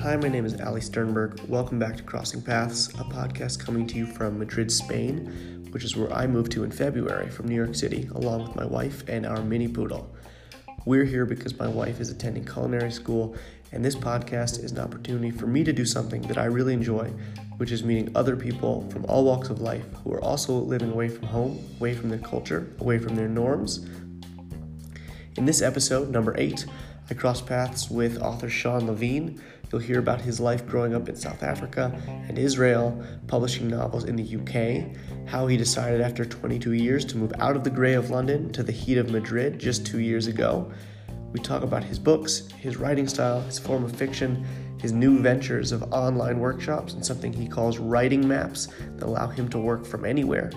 Hi, my name is Ali Sternberg. Welcome back to Crossing Paths, a podcast coming to you from Madrid, Spain, which is where I moved to in February from New York City, along with my wife and our mini poodle. We're here because my wife is attending culinary school, and this podcast is an opportunity for me to do something that I really enjoy, which is meeting other people from all walks of life who are also living away from home, away from their culture, away from their norms. In this episode, number eight, I cross paths with author Sean Levine. You'll hear about his life growing up in South Africa and Israel, publishing novels in the UK, how he decided after 22 years to move out of the grey of London to the heat of Madrid just two years ago. We talk about his books, his writing style, his form of fiction, his new ventures of online workshops, and something he calls writing maps that allow him to work from anywhere.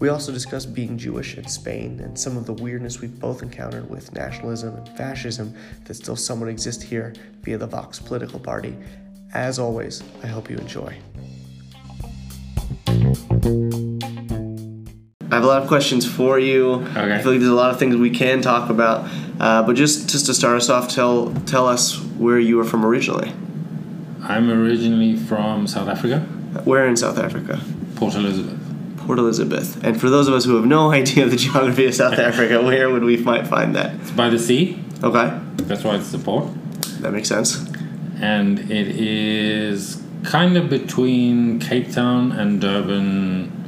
We also discuss being Jewish in Spain and some of the weirdness we've both encountered with nationalism and fascism that still somewhat exist here via the Vox political party. As always, I hope you enjoy. I have a lot of questions for you. Okay. I feel like there's a lot of things we can talk about, uh, but just just to start us off, tell tell us where you were from originally. I'm originally from South Africa, Where in South Africa? Port Elizabeth. Port Elizabeth. And for those of us who have no idea of the geography of South Africa, where would we might find that? It's by the sea, Okay, that's why it's the port. that makes sense. And it is kind of between Cape Town and Durban.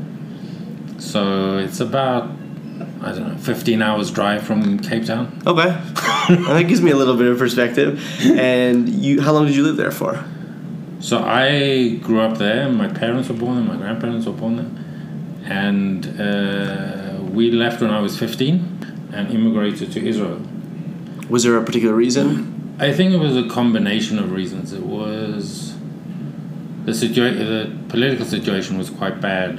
So it's about, I don't know, 15 hours drive from Cape Town. Okay, that gives me a little bit of perspective. And you, how long did you live there for? So I grew up there, my parents were born there, my grandparents were born there. And uh, we left when I was 15 and immigrated to Israel. Was there a particular reason? I think it was a combination of reasons. It was the situa- the political situation was quite bad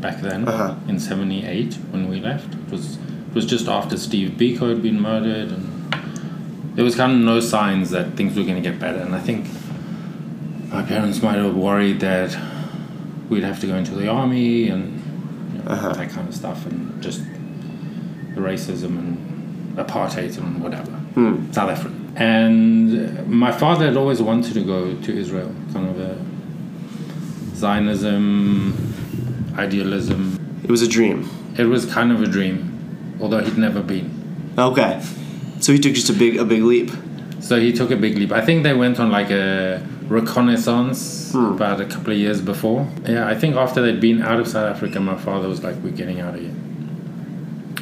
back then Uh-huh. in '78 when we left. It was it was just after Steve Biko had been murdered, and there was kind of no signs that things were going to get better. And I think my parents might have worried that we'd have to go into the army and you know, Uh-huh. that kind of stuff, and just the racism and apartheid and whatever. Hmm. South Africa. And my father had always wanted to go to Israel, kind of a Zionism, idealism. It was a dream. It was kind of a dream, although he'd never been. Okay, so he took just a big a big leap. So he took a big leap. I think they went on like a reconnaissance Hmm. about a couple of years before. Yeah, I think after they'd been out of South Africa, my father was like, We're getting out of here.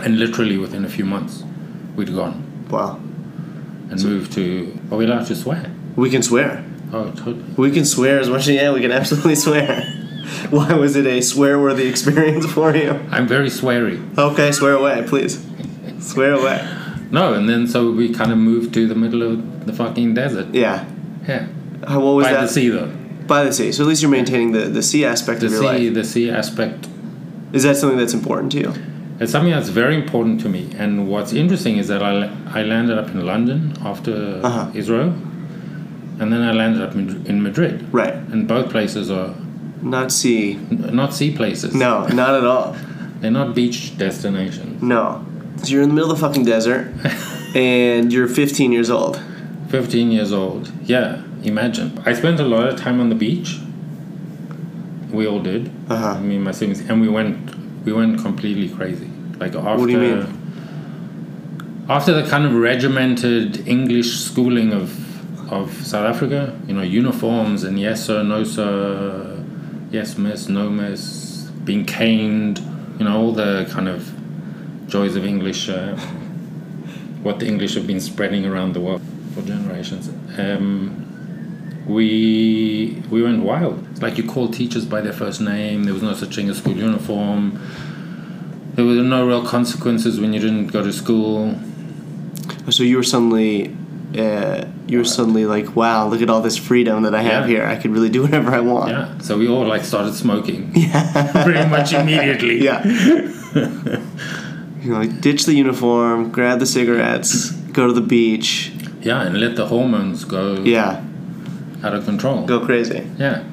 And literally within a few months, we'd gone Wow, and moved to. Are we allowed to swear? we can swear. Oh, totally. We can swear as much as yeah. We can absolutely swear. Why was it a swear-worthy experience for you? I'm very sweary. Okay, swear away, please. Swear away. No, and then so we kind of moved to the middle of the fucking desert. Yeah. Yeah, Uh, What was by that? the sea though. By the sea. So at least you're maintaining the, the sea aspect The of your sea, life. the sea aspect. Is that something that's important to you? It's something that's very important to me. And what's interesting is that I, I landed up in London after Uh-huh. Israel, and then I landed up in, in Madrid. Right. And both places are Not sea. n- not sea places. No, not at all. they're not beach destinations. No. So you're in the middle of the fucking desert and you're 15 years old. Fifteen years old. Yeah, imagine. I spent a lot of time on the beach. We all did. Uh-huh. I mean, my siblings, and we went, we went completely crazy. Like after, do you mean? after the kind of regimented English schooling of of South Africa, you know, uniforms and yes sir, no sir, yes miss, no miss, being caned, you know, all the kind of joys of English, uh, what the English have been spreading around the world for generations. Um, we we went wild. It's like you called teachers by their first name. There was no such thing as school uniform. There were no real consequences when you didn't go to school. So you were suddenly. Uh, you were suddenly like, wow, look at all this freedom that I have Yeah. here. I could really do whatever I want. Yeah. So we all like started smoking pretty much immediately. Yeah. you know, like, ditch the uniform, grab the cigarettes, go to the beach. Yeah, and let the hormones go Yeah, out of control. go crazy. Yeah.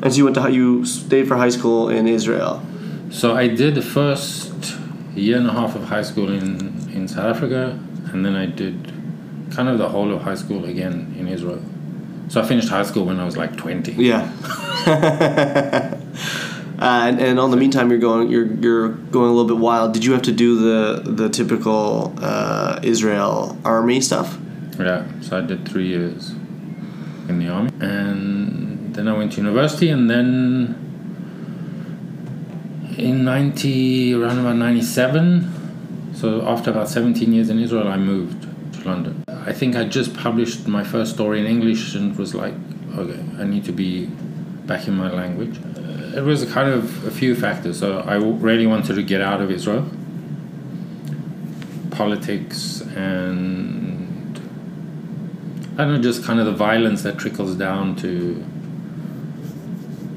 And so you went to hi- you stayed for high school in Israel. So I did the first year and a half of high school in, in South Africa and then I did kind of the whole of high school again in Israel. So I finished high school when I was like twenty. Yeah. Uh, and, and on the meantime, you're going you're you're going a little bit wild. Did you have to do the the typical uh, Israel army stuff? Yeah, so I did three years in the army, and then I went to university, and then in ninety around about ninety seven, so after about seventeen years in Israel, I moved to London. I think I just published my first story in English, and was like, okay, I need to be back in my language. Uh, It was a kind of a few factors. So I w- really wanted to get out of Israel, politics, and I don't know, just kind of the violence that trickles down to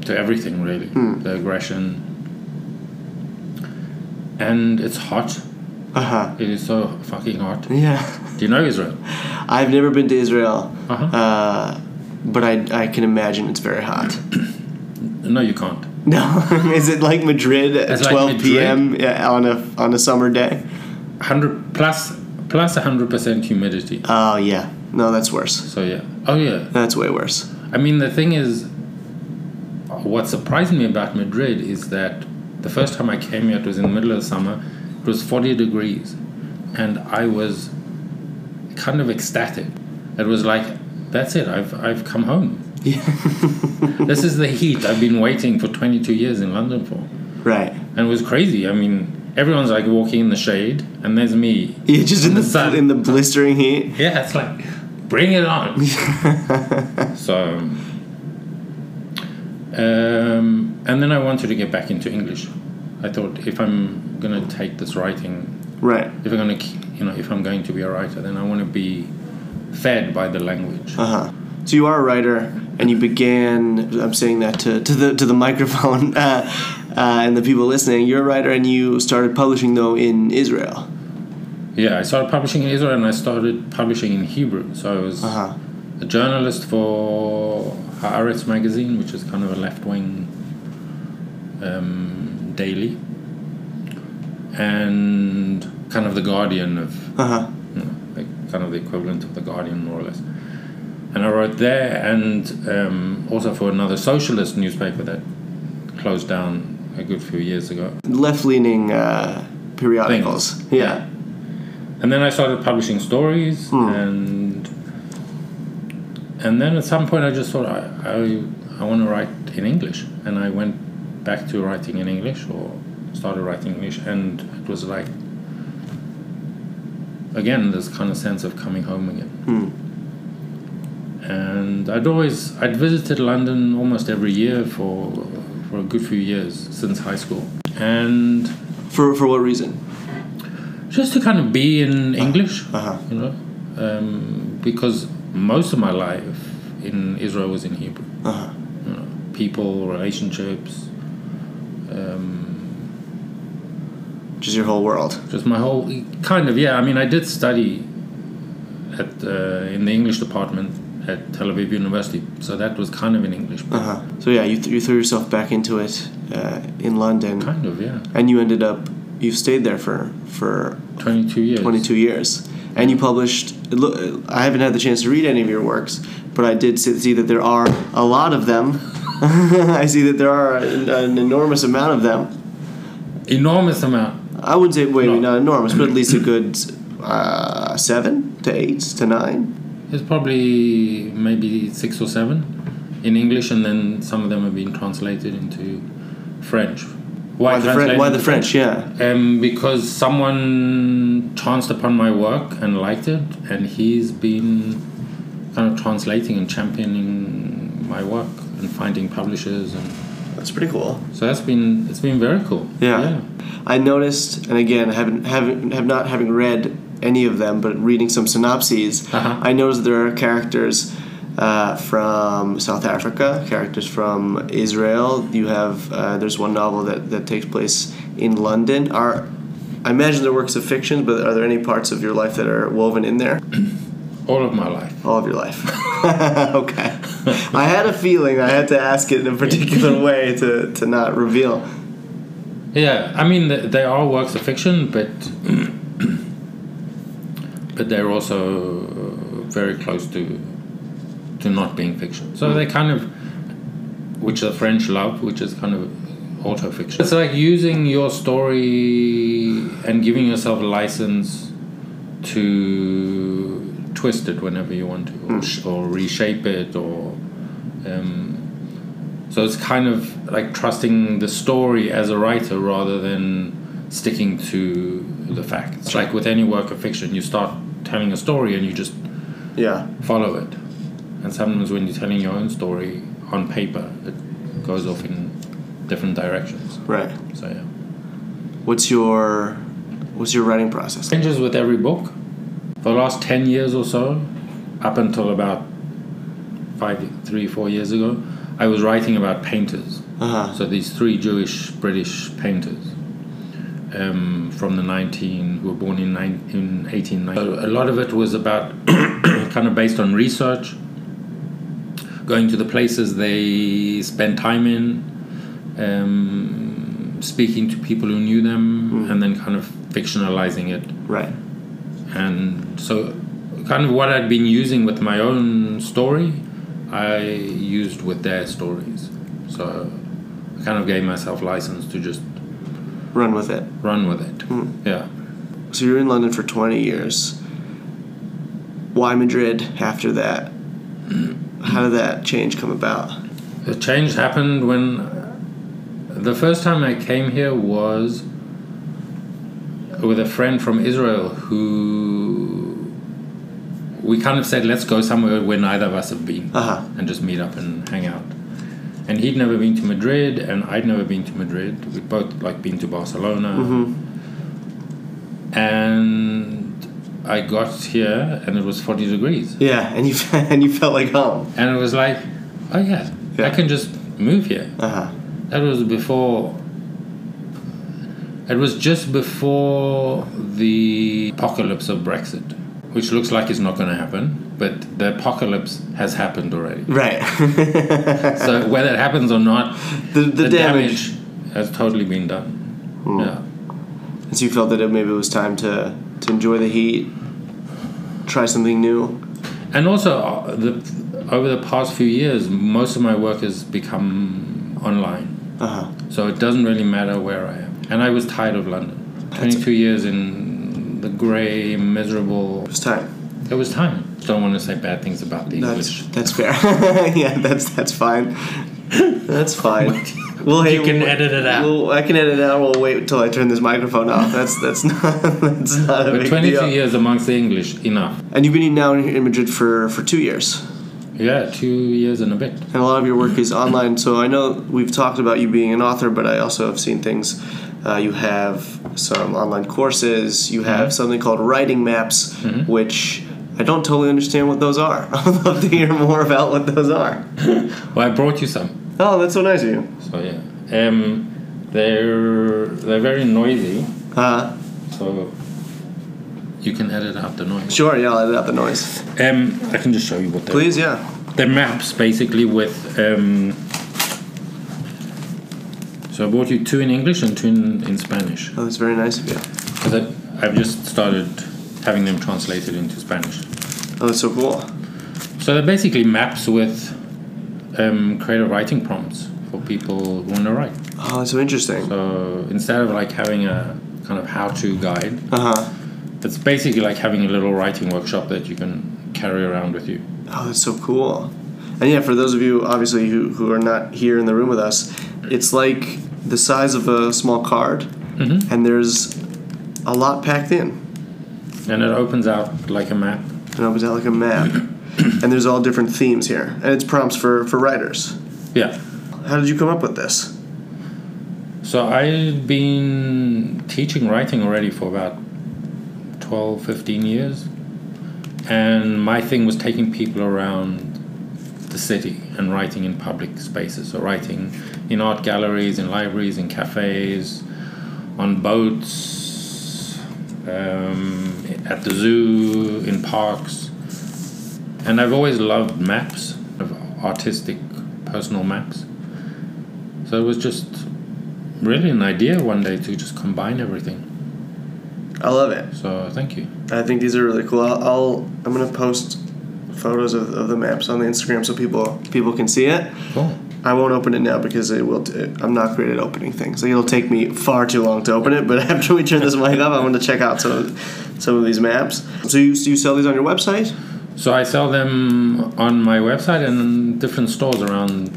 to everything really, the aggression. And it's hot. Uh huh. It is so fucking hot. Hmm. Yeah. Do you know Israel? I've never been to Israel, Uh-huh. uh, but I I can imagine it's very hot. No, you can't. No, is it like Madrid at It's like 12 Madrid. p.m. yeah, on a on a summer day? Hundred plus plus hundred percent humidity. Oh yeah, no, that's worse. So yeah. Oh yeah. That's way worse. I mean, the thing is, what surprised me about Madrid is that the first time I came here, it was in the middle of summer, it was 40 degrees, and I was kind of ecstatic. It was like, that's it, I've, I've come home. Yeah. this is the heat I've been waiting for 22 years in London for. Right. And it was crazy. I mean, everyone's like walking in the shade, and there's me. Yeah, just in the, the sun. in the blistering heat. Yeah, it's like, bring it on. so, um, and then I wanted to get back into English. I thought if I'm gonna take this writing, right. if I'm gonna, ke- you know, if I'm going to be a writer, then I want to be fed by the language. Uh huh. So you are a writer, and you began. I'm saying that to, to the to the microphone uh, uh, and the people listening. You're a writer, and you started publishing though in Israel. Yeah, I started publishing in Israel, and I started publishing in Hebrew. So I was Uh huh. a journalist for Haaretz magazine, which is kind of a left wing um, daily, and kind of the guardian of Uh huh. you know, like kind of the equivalent of the Guardian, more or less. And I wrote there, and um, also for another socialist newspaper that closed down a good few years ago. Left leaning uh, periodicals. Yeah. And then I started publishing stories, and and then at some point I just thought I I, I want to write in English, and I went back to writing in English or started writing English, and it was like again this kind of sense of coming home again. and I'd always I'd visited London almost every year for for a good few years since high school, and For for what reason? just to kind of be in English, Uh huh. you know, um, because most of my life in Israel was in Hebrew. Uh huh. You know, people, relationships, um, Just your whole world. just my whole kind of yeah. I mean, I did study at uh, in the English department at Tel Aviv University, so that was kind of in English, Uh huh. So yeah, you, th- you threw yourself back into it uh, in London, kind of yeah. and you ended up you've stayed there for for Twenty-two years. 22 years, and you published. it loo- I haven't had the chance to read any of your works, but I did see, see that there are a lot of them. I see that there are an, an enormous amount of them. Enormous amount. I would say, wait, No. not enormous, but at least a good uh, seven to eight to nine. It's probably maybe six or seven in English, and then some of them have been translated into French. Why the, French? translate why into the French? Yeah. Um, because someone chanced upon my work and liked it, and he's been kind of translating and championing my work and finding publishers, and That's pretty cool. so that's been it's been very cool. Yeah. I noticed, and again, haven't haven't have not having read any of them, but reading some synopses, Uh-huh. I noticed there are characters uh, from South Africa, characters from Israel. You have uh, there's one novel that that takes place in London. Are I imagine they're works of fiction, but are there any parts of your life that are woven in there? all of my life. All of your life. okay. I had a feeling I had to ask it in a particular way to, to not reveal. Yeah, I mean th- they are works of fiction, but but they're also very close to to not being fiction. So they kind of, which the French love, which is kind of auto fiction. It's like using your story and giving yourself a license to twist it whenever you want to, or, sh- or reshape it, or. Um, so it's kind of like trusting the story as a writer rather than sticking to the facts. Like with any work of fiction, you start telling a story and you just Yeah. follow it. And sometimes when you're telling your own story on paper, it goes off in different directions. Right. So yeah, What's your what's your writing process? changes with every book. For the last ten years or so, up until about five, three, four years ago, I was writing about painters. Uh huh. So these three Jewish British painters um, from the 19 who were born in, nine, in 1890. So a lot of it was about kind of based on research, going to the places they spent time in, um, speaking to people who knew them, and then kind of fictionalizing it Right. and so kind of what I'd been using with my own story, I used with their stories. So I kind of gave myself license to just Run with it. run with it. Yeah. So you're in London for 20 years. Why Madrid after that? How did that change come about? The change happened when the first time I came here was with a friend from Israel who we kind of said, let's go somewhere where neither of us have been. Uh huh. and just meet up and hang out. And he'd never been to Madrid, and I'd never been to Madrid. We'd both like been to Barcelona, and I got here, and it was forty degrees, Yeah, and you and you felt like home. and it was like, oh yeah, Yeah. I can just move here. Uh huh. That was before. It was just before the apocalypse of Brexit, which looks like it's not going to happen, but the apocalypse has happened already. Right. so whether it happens or not, the, the, damage. Hmm. has totally been done. Yeah. And so you felt that it, maybe it was time to to enjoy the heat, try something new. And also, uh, the, over the past few years, most of my work has become online. Uh huh. So it doesn't really matter where I am. And I was tired of London. 22 years in the grey, miserable. It was time. It was time. Don't want to say bad things about the That's English. that's fair. yeah, that's that's fine. That's fine. Well, hey, You can we'll- edit it out. Well, I can edit it out. We'll wait until I turn this microphone off. That's that's not that's not a But big 22 deal. years amongst the English, enough. And you've been now in in Madrid for for two years, Yeah, two years and a bit. and a lot of your work is online. So I know we've talked about you being an author, but I also have seen things. Uh, you have some online courses. You Mm-hmm. have something called writing maps, which I don't totally understand what those are. I'd love to hear more about what those are. Well, I brought you some. Oh, that's so nice of you. So yeah, um, they're they're very noisy, Uh, so you can edit out the noise. sure, yeah, I'll edit out the noise. Um, I can just show you what they're. Please, yeah. They're maps basically with. Um, so I bought you two in English and two in, in Spanish Oh, that's very nice of you. because I've just started having them translated into Spanish. Oh, that's so cool. So they're basically maps with um, creative writing prompts for people who want to write. Oh, that's so interesting. So instead of like having a kind of how-to guide, Uh huh. It's basically like having a little writing workshop that you can carry around with you. Oh, that's so cool. And yeah, for those of you obviously who, who are not here in the room with us, it's like the size of a small card, and there's a lot packed in. And it opens out like a map. And it opens out like a map. and there's all different themes here, and it's prompts for, for writers. Yeah. How did you come up with this? So I've been teaching writing already for about 12, 15 years. And my thing was taking people around the city and writing in public spaces. So writing in art galleries, in libraries, in cafes, on boats, um, at the zoo, in parks. And I've always loved maps, of artistic, personal maps. So it was just really an idea one day to just combine everything. I love it. So thank you. I think these are really cool. I'll, I'll I'm gonna post photos of, of the maps on the Instagram so people people can see it. Cool. I won't open it now because it will. T- I'm not great at opening things. It'll take me far too long to open it. But after we turn this mic off, I'm going to check out some of, some of these maps. So you so you sell these on your website? So I sell them on my website and in different stores around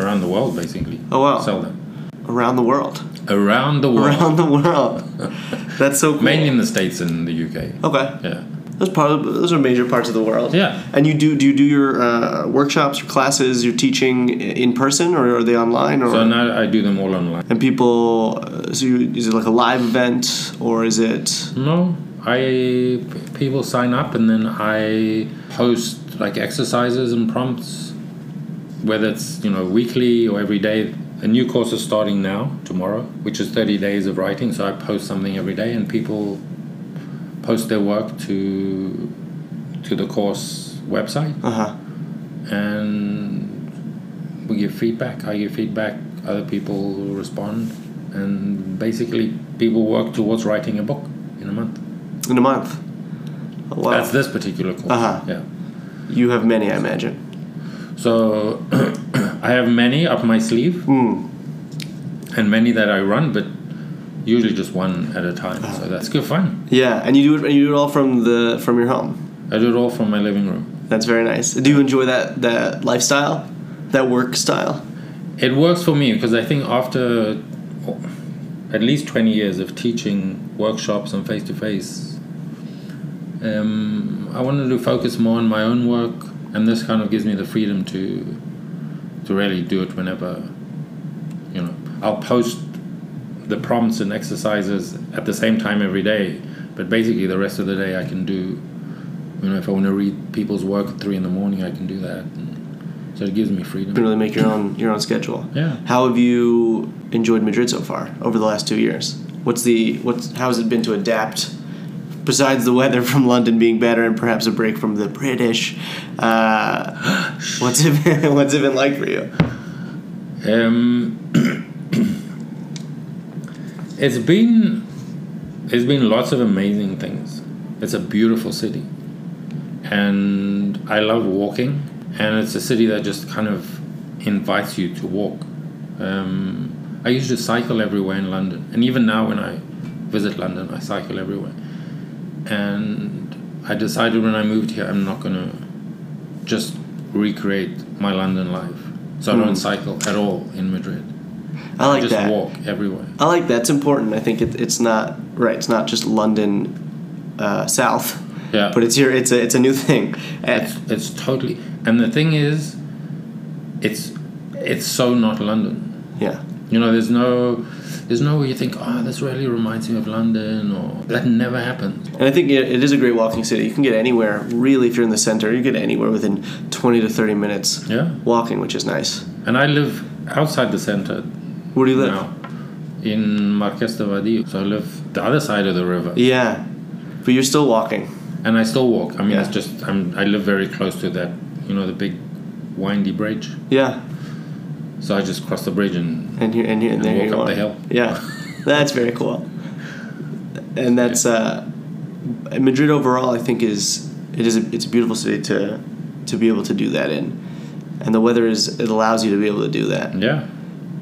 around the world, basically. Oh, wow. Sell them Around the world. around the world, Around the world. That's so cool. mainly in the states and the UK. Okay. Yeah. Those part of, those are major parts of the world. Yeah. And you do do you do your uh, workshops, your classes, your teaching i- in person, or are they online? Or So now I do them all online. and people, uh, so you, is it like a live event or is it? No, I people sign up and then I host like exercises and prompts, whether it's you know weekly or every day. A new course is starting now tomorrow, which is thirty days of writing. So I post something every day, and people post their work to to the course website, Uh huh. and we give feedback. I give feedback. Other people respond, and basically people work towards writing a book in a month. In a month. Oh, Wow. That's this particular course. Uh-huh. Yeah. You have many, I imagine. So I have many up my sleeve Hmm. and many that I run, but usually just one at a time. So that's good fun. Yeah, and you do it. And you do it all from the from your home. I do it all from my living room. That's very nice. Do you enjoy that that lifestyle, that work style? It works for me because I think after at least 20 years of teaching workshops and face to face, um, I wanted to focus more on my own work, and this kind of gives me the freedom to to really do it whenever you know i'll post the prompts and exercises at the same time every day but basically the rest of the day i can do you know if i want to read people's work at three in the morning i can do that and so it gives me You can freedom really make your own your own schedule. Yeah. How have you enjoyed Madrid so far over the last two years? What's the what's how has it been to adapt? Besides the weather from London being better and perhaps a break from the British, uh, what's it been, what's it been like for you? um, it's been it's been lots of amazing things it's a beautiful city and i love walking and it's a city that just kind of invites you to walk um, i used to cycle everywhere in london and even now when i visit london i cycle everywhere and i decided when i moved here i'm not going to just recreate my london life so i don't cycle at all in madrid Hmm. I like just that. walk everywhere I like that. It's important. I think it, it's not right. It's not just London uh, South, yeah but it's here. It's a it's a new thing. And- It's, it's totally. And the thing is, it's it's so not London. yeah, You know, there's no there's no way you think, oh, this really reminds me of London, or that never happens. and I think it, it is a great walking city. You can get anywhere really if you're in the center. You get anywhere within twenty to thirty minutes Yeah. walking, which is nice. And I live outside the center Where do you live? now, in Marques de Vadillo. So I live the other side of the river, Yeah, but you're still walking. and I still walk. I mean, Yeah. it's just I'm, I live very close to that. You know, the big windy bridge. Yeah, So I just cross the bridge and and you and, you, and there walk you up are. the hill. Yeah, that's very cool. And that's uh, Madrid overall. I think is it is a, it's a beautiful city to to be able to do that in, and the weather is it allows you to be able to do that. yeah,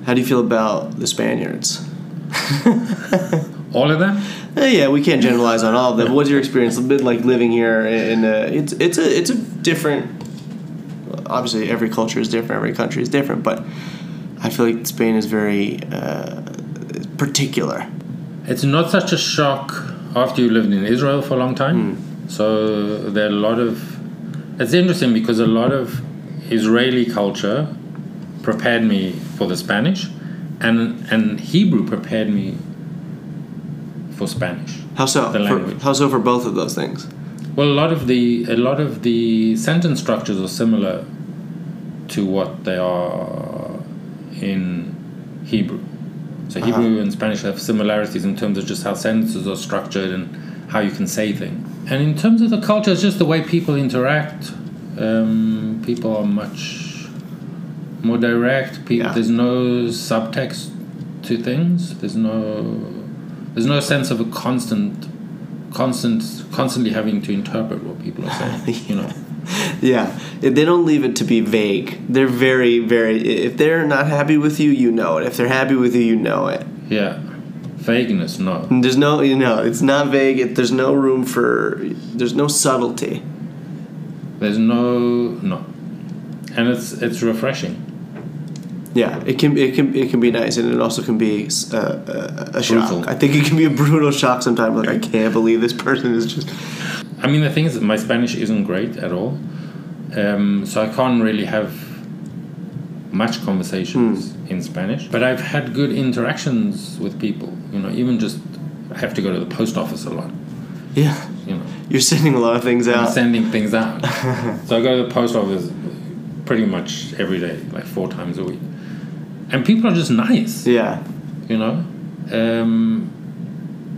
How do you feel about the Spaniards? all of them. Eh, yeah, we can't generalize on all of them. What's your experience been like living here? And uh, it's it's a it's a different. Obviously, every culture is different. Every country is different, but I feel like Spain is very uh, particular. It's not such a shock after you lived in Israel for a long time. So there are a lot of. It's interesting because a lot of Israeli culture prepared me for the Spanish, and and Hebrew prepared me for Spanish. How so? For- The language. how so for both of those things? Well, a lot of the a lot of the sentence structures are similar to what they are in Hebrew. So Hebrew and Spanish have similarities in terms of just how sentences are structured and how you can say things. And in terms of the culture, it's just the way people interact. Um, people are much more direct. People, Yeah. there's no subtext to things. There's no there's no sense of a constant constant, constantly having to interpret what people are saying. You know, Yeah, If they don't leave it to be vague. They're very, very. If they're not happy with you, you know it. If they're happy with you, you know it. yeah, vagueness, no. And there's no, you know, it's not vague. It, there's no room for. There's no subtlety. There's no no, and it's it's refreshing. Yeah, it can, it can, it can be nice, and it also can be uh, a, a shock. Brutal. I think it can be a brutal shock sometimes. Like I can't believe this person is just. I mean, the thing is, my Spanish isn't great at all, um, so I can't really have much conversations in Spanish. But I've had good interactions with people. You know, even just I have to go to the post office a lot. Yeah, You know, you're sending a lot of things I'm out. sending things out. so I go to the post office pretty much every day, like four times a week, and people are just nice. yeah, You know, um,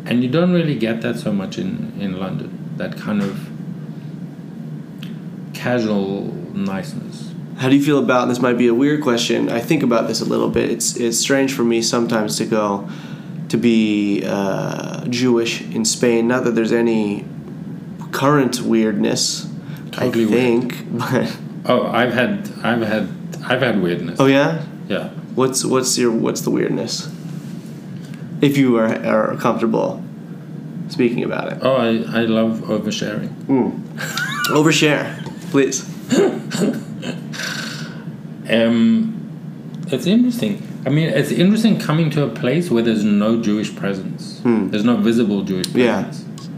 and you don't really get that so much in in London. That kind of casual niceness. How do you feel about this? Might be a weird question. I think about this a little bit. It's it's strange for me sometimes to go to be uh, Jewish in Spain. Not that there's any current weirdness. Totally I weird. think, but Oh, I've had, I've had, I've had weirdness. oh yeah. Yeah. What's what's your what's the weirdness? If you are are comfortable speaking about it, Oh, I, I love oversharing. Hmm. overshare, please. Um, it's interesting. I mean, it's interesting coming to a place where there's no Jewish presence. There's no visible Jewish Hmm. Yeah. presence.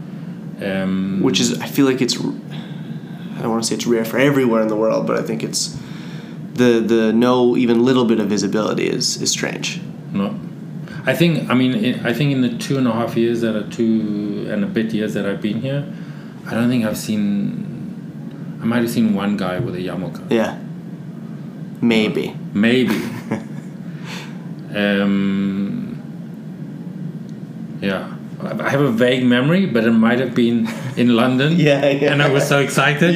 Um, which is I feel like it's I don't want to say it's rare for everywhere in the world, but I think it's the the no even little bit of visibility is is strange. no. I think. I mean, i I think in the two and a half years that are two and a bit years that I've been here, I don't think I've seen. I might have seen one guy with a yarmulke. Yeah, maybe. Maybe. um, yeah. I I have a vague memory, but it might have been in London. Yeah, yeah. And I was so excited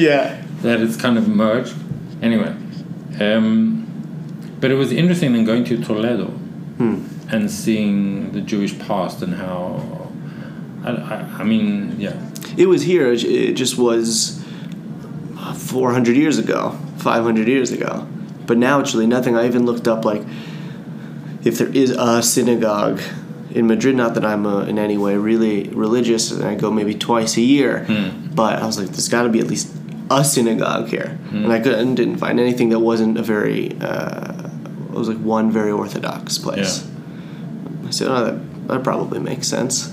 Yeah, that it's kind of merged. Anyway, um, but it was interesting in going to Toledo Hmm. and seeing the Jewish past and how. I, I, I mean, yeah. it was here. It it just was 400 years ago, 500 years ago. But now it's really nothing. I even looked up like if there is a synagogue in Madrid. Not that I'm uh in any way really religious, and I go maybe twice a year. But I was like, there's got to be at least a synagogue here, and I couldn't didn't find anything that wasn't a very. Uh, it was like one very orthodox place. I said, oh, that, that probably makes sense.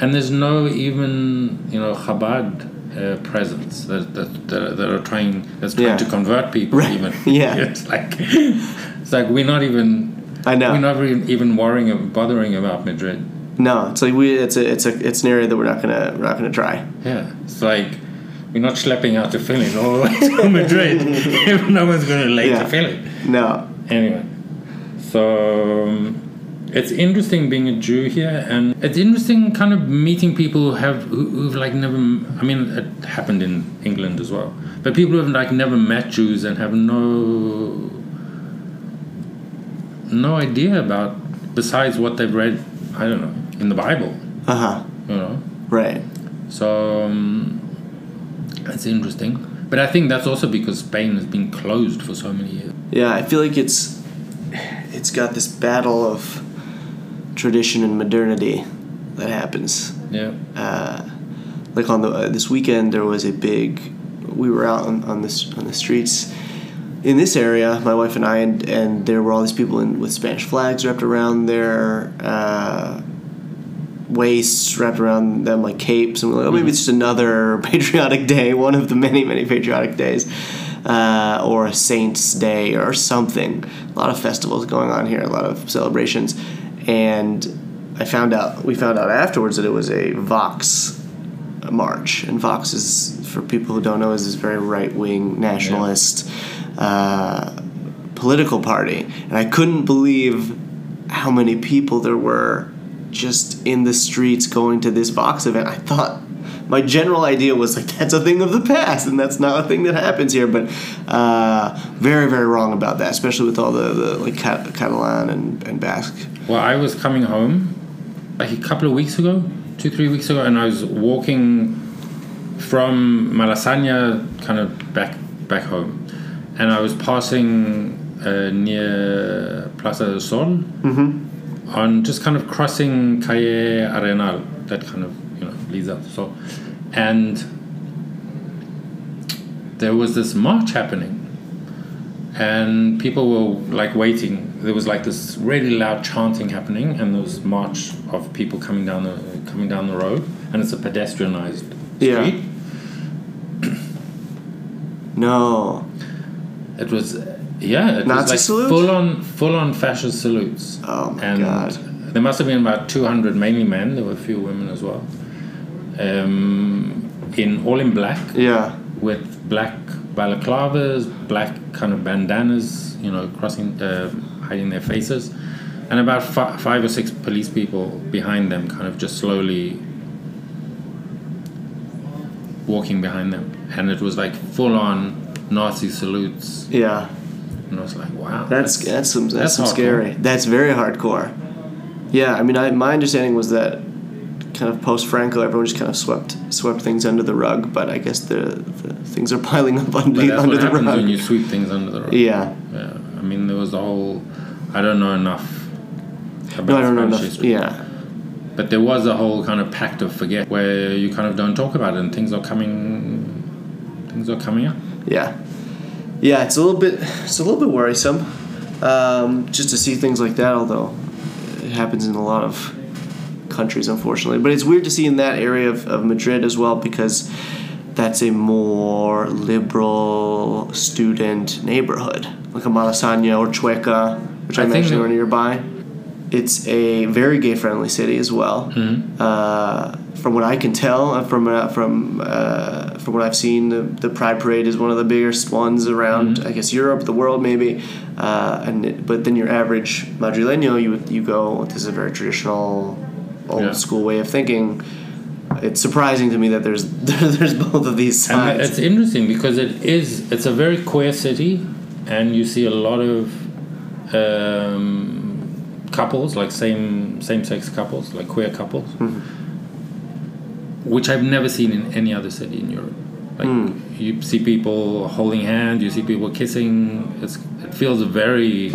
And there's no even you know Chabad uh, presence that, that that that are trying that's trying Yeah. to convert people Right. even. Yeah. it's like it's like we're not even I know. we're not even even worrying and bothering about Madrid. No, it's like we. It's a. It's a. It's an area that we're not gonna. We're not gonna try. Yeah, it's like we're not schlepping out to Finland all the way to Madrid. if no one's going to lay Yeah. to Finland No. anyway. So. um, it's interesting being a Jew here, and it's interesting kind of meeting people who have who, who've like never. I mean, it happened in England as well, but people who have like never met Jews and have no no idea about besides what they've read. I don't know in the Bible, Uh huh. you know. Right. So um, that's interesting. But I think that's also because Spain has been closed for so many years. Yeah, I feel like it's. It's got this battle of tradition and modernity that happens. Yeah. Uh, like on the uh, this weekend, there was a big. We were out on, on this on the streets in this area, my wife and I, and, and there were all these people in, with Spanish flags wrapped around their uh, waists, wrapped around them like capes, and we're like, oh, maybe it's just another patriotic day, one of the many, many patriotic days, uh, or a saint's day, or something. A lot of festivals going on here, a lot of celebrations, and I found out we found out afterwards that it was a Vox march, and Vox is for people who don't know is this very right wing nationalist. Uh, political party, and I couldn't believe how many people there were just in the streets going to this Vox event. I thought my general idea was like that's a thing of the past, and that's not a thing that happens here. But uh, very, very wrong about that, especially with all the, the like Cat- Catalan and, and Basque. Well, I was coming home like a couple of weeks ago, two three weeks ago, and I was walking from Malasanya, kind of back back home, and I was passing uh, near Plaza del Sol, on just kind of crossing Calle Arenal, that kind of you know leads up. So, and there was this march happening, and people were like waiting. There was like this really loud chanting happening, and there was march of people coming down the coming down the road, and it's a pedestrianized street. Yeah. No. It was, yeah, it Nazi was salute? like full on, full on fascist salutes. Oh my and God. There must have been about two hundred, mainly men. There were a few women as well. Um, in all in black, Yeah. with black balaclavas, black kind of bandanas, you know, crossing, uh, hiding their faces, and about fi- five or six police people behind them, kind of just slowly walking behind them, and it was like full on Nazi salutes, Yeah. and I was like, wow, That's that's some that's, that's some hardcore. scary. That's very hardcore. Yeah, I mean, I, my understanding was that kind of post Franco, everyone just kind of swept swept things under the rug. But I guess the, the things are piling up under, but that's under what the happens rug. when you sweep things under the rug. yeah, Yeah, I mean, there was a whole. I don't know enough. About no, I don't know Spanish enough. history. Yeah, But there was a whole kind of pact of forget where you kind of don't talk about it and things are coming things are coming up. yeah, yeah. It's a little bit it's a little bit worrisome um, just to see things like that. Although it happens in a lot of countries, unfortunately. But it's weird to see in that area of, of Madrid as well because that's a more liberal student neighborhood, like a Malasaña or Chueca, which I, I think mentioned that- were nearby. It's a very gay-friendly city as well. Mm-hmm. Uh, from what I can tell, uh, from uh, from uh, from what I've seen, the, the Pride Parade is one of the biggest ones around. Mm-hmm. I guess Europe, the world, maybe. Uh, and it- but then your average Madrileño, you you go. This is a very traditional, old Yeah. school way of thinking. It's surprising to me that there's there's both of these And it's sides. interesting because it is it's a very queer city and you see a lot of um, couples like same same sex couples like queer couples Mm-hmm. which I've never seen in any other city in Europe. Like Mm. you see people holding hands, you see people kissing. It's, it feels very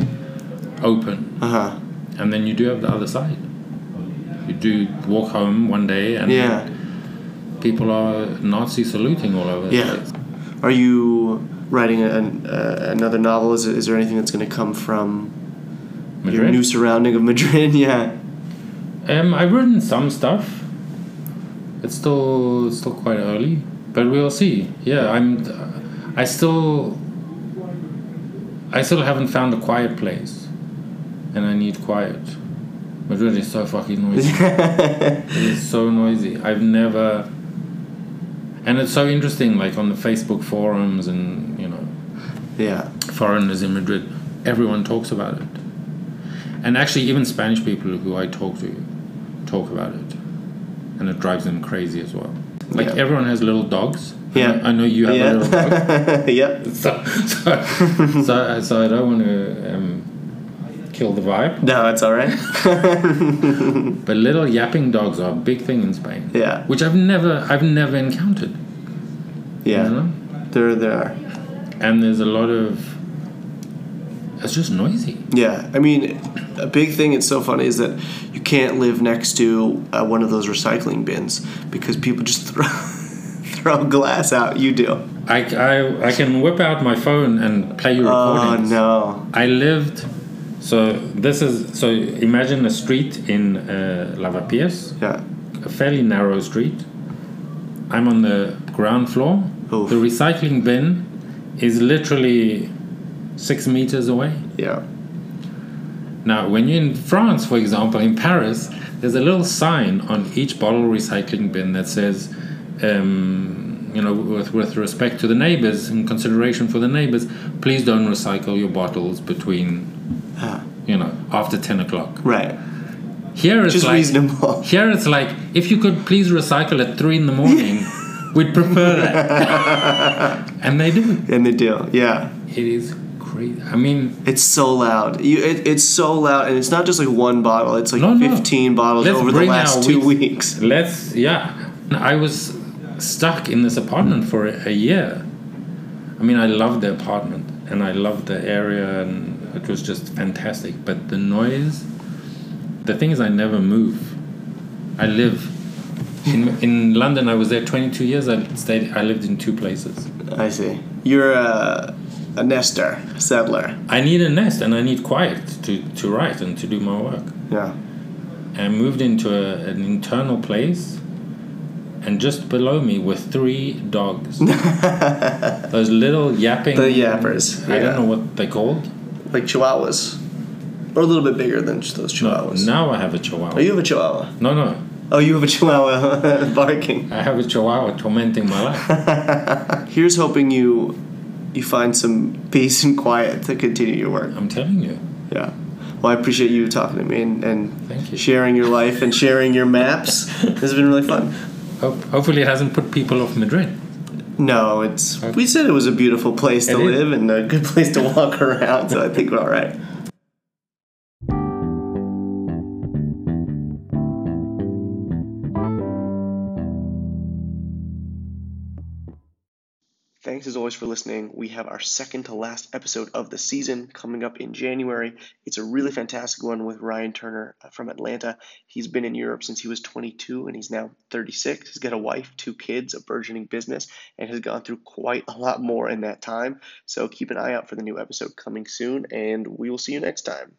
open. Uh huh. and then you do have the other side. You do walk home one day, and Yeah. people are Nazi saluting all over. the Yeah. place. Are you writing an, uh, another novel? Is, is there anything that's going to come from your Madrid. new surrounding of Madrid? yeah. um, I've written some stuff. It's still it's still quite early, but we'll see. Yeah, I'm. I still. I still haven't found a quiet place, and I need quiet. Madrid is so fucking noisy. It's so noisy. I've never, and it's so interesting. Like on the Facebook forums and you know, yeah. foreigners in Madrid, everyone talks about it, and actually even Spanish people who I talk to talk about it, and it drives them crazy as well. Like Yeah. everyone has little dogs. Yeah. I know you have a little dog. Yeah. yep. So, so, so, so I don't want to um, kill the vibe. No, it's all right. But little yapping dogs are a big thing in Spain. Yeah. Which I've never, I've never encountered. Yeah. You know? There, there are. and there's a lot of it's just noisy Yeah, I mean, a big thing. It's so funny is that you can't live next to uh, one of those recycling bins because people just throw throw glass out. You do. I, I, I can whip out my phone and play your Oh recordings no. i lived so this is so imagine a street in uh, lavapiés Yeah. a fairly narrow street i'm on the ground floor Oof. the recycling bin is literally six meters away Yeah. Now, when you're in France, for example, in Paris, there's a little sign on each bottle recycling bin that says, um, you know, with, with respect to the neighbors and consideration for the neighbors, please don't recycle your bottles between, Ah, you know, after 10 o'clock. right. Here it's Just like, reasonable. here it's like, if you could please recycle at 3 in the morning, we'd prefer that. and they do. And they do. Yeah. It is crazy. I mean, It's so loud. You, it, it's so loud, and it's not just like one bottle. It's like No, no. fifteen bottles Let's over the bring last our two weed- weeks. let's yeah. I was stuck in this apartment for a year. I mean, I loved the apartment and I loved the area and it was just fantastic. But the noise. The thing is, I never move. I live. In, in London, I was there 22 years. I stayed. I lived in two places. I see. You're a, a nester, a settler. I need a nest and I need quiet to, to write and to do my work. Yeah. I moved into a, an internal place, and just below me were three dogs. Those little yapping. The yappers, I yeah. don't know what they're called. Like chihuahuas. Or a little bit bigger than ch- those No, chihuahuas. now I have a Oh, chihuahua. you have a chihuahua. No, no, Oh, you have a chihuahua barking. I have a chihuahua tormenting my life. Here's hoping you you find some peace and quiet to continue your work. I'm telling you. Yeah. Well, I appreciate you talking to me and, and Thank you. sharing your life and sharing your maps. This has been really fun. Ho- hopefully, it hasn't put people off Madrid. No, it's. Okay. We said it was a beautiful place to It is. live and a good place to walk around, so I think we're all right. Thanks as always for listening. We have our second to last episode of the season coming up in January. It's a really fantastic one with Ryan Turner uh, from Atlanta. He's been in Europe since he was 22 and he's now 36. He's got a wife, two kids, a burgeoning business, and has gone through quite a lot more in that time. So keep an eye out for the new episode coming soon, and we will see you next time.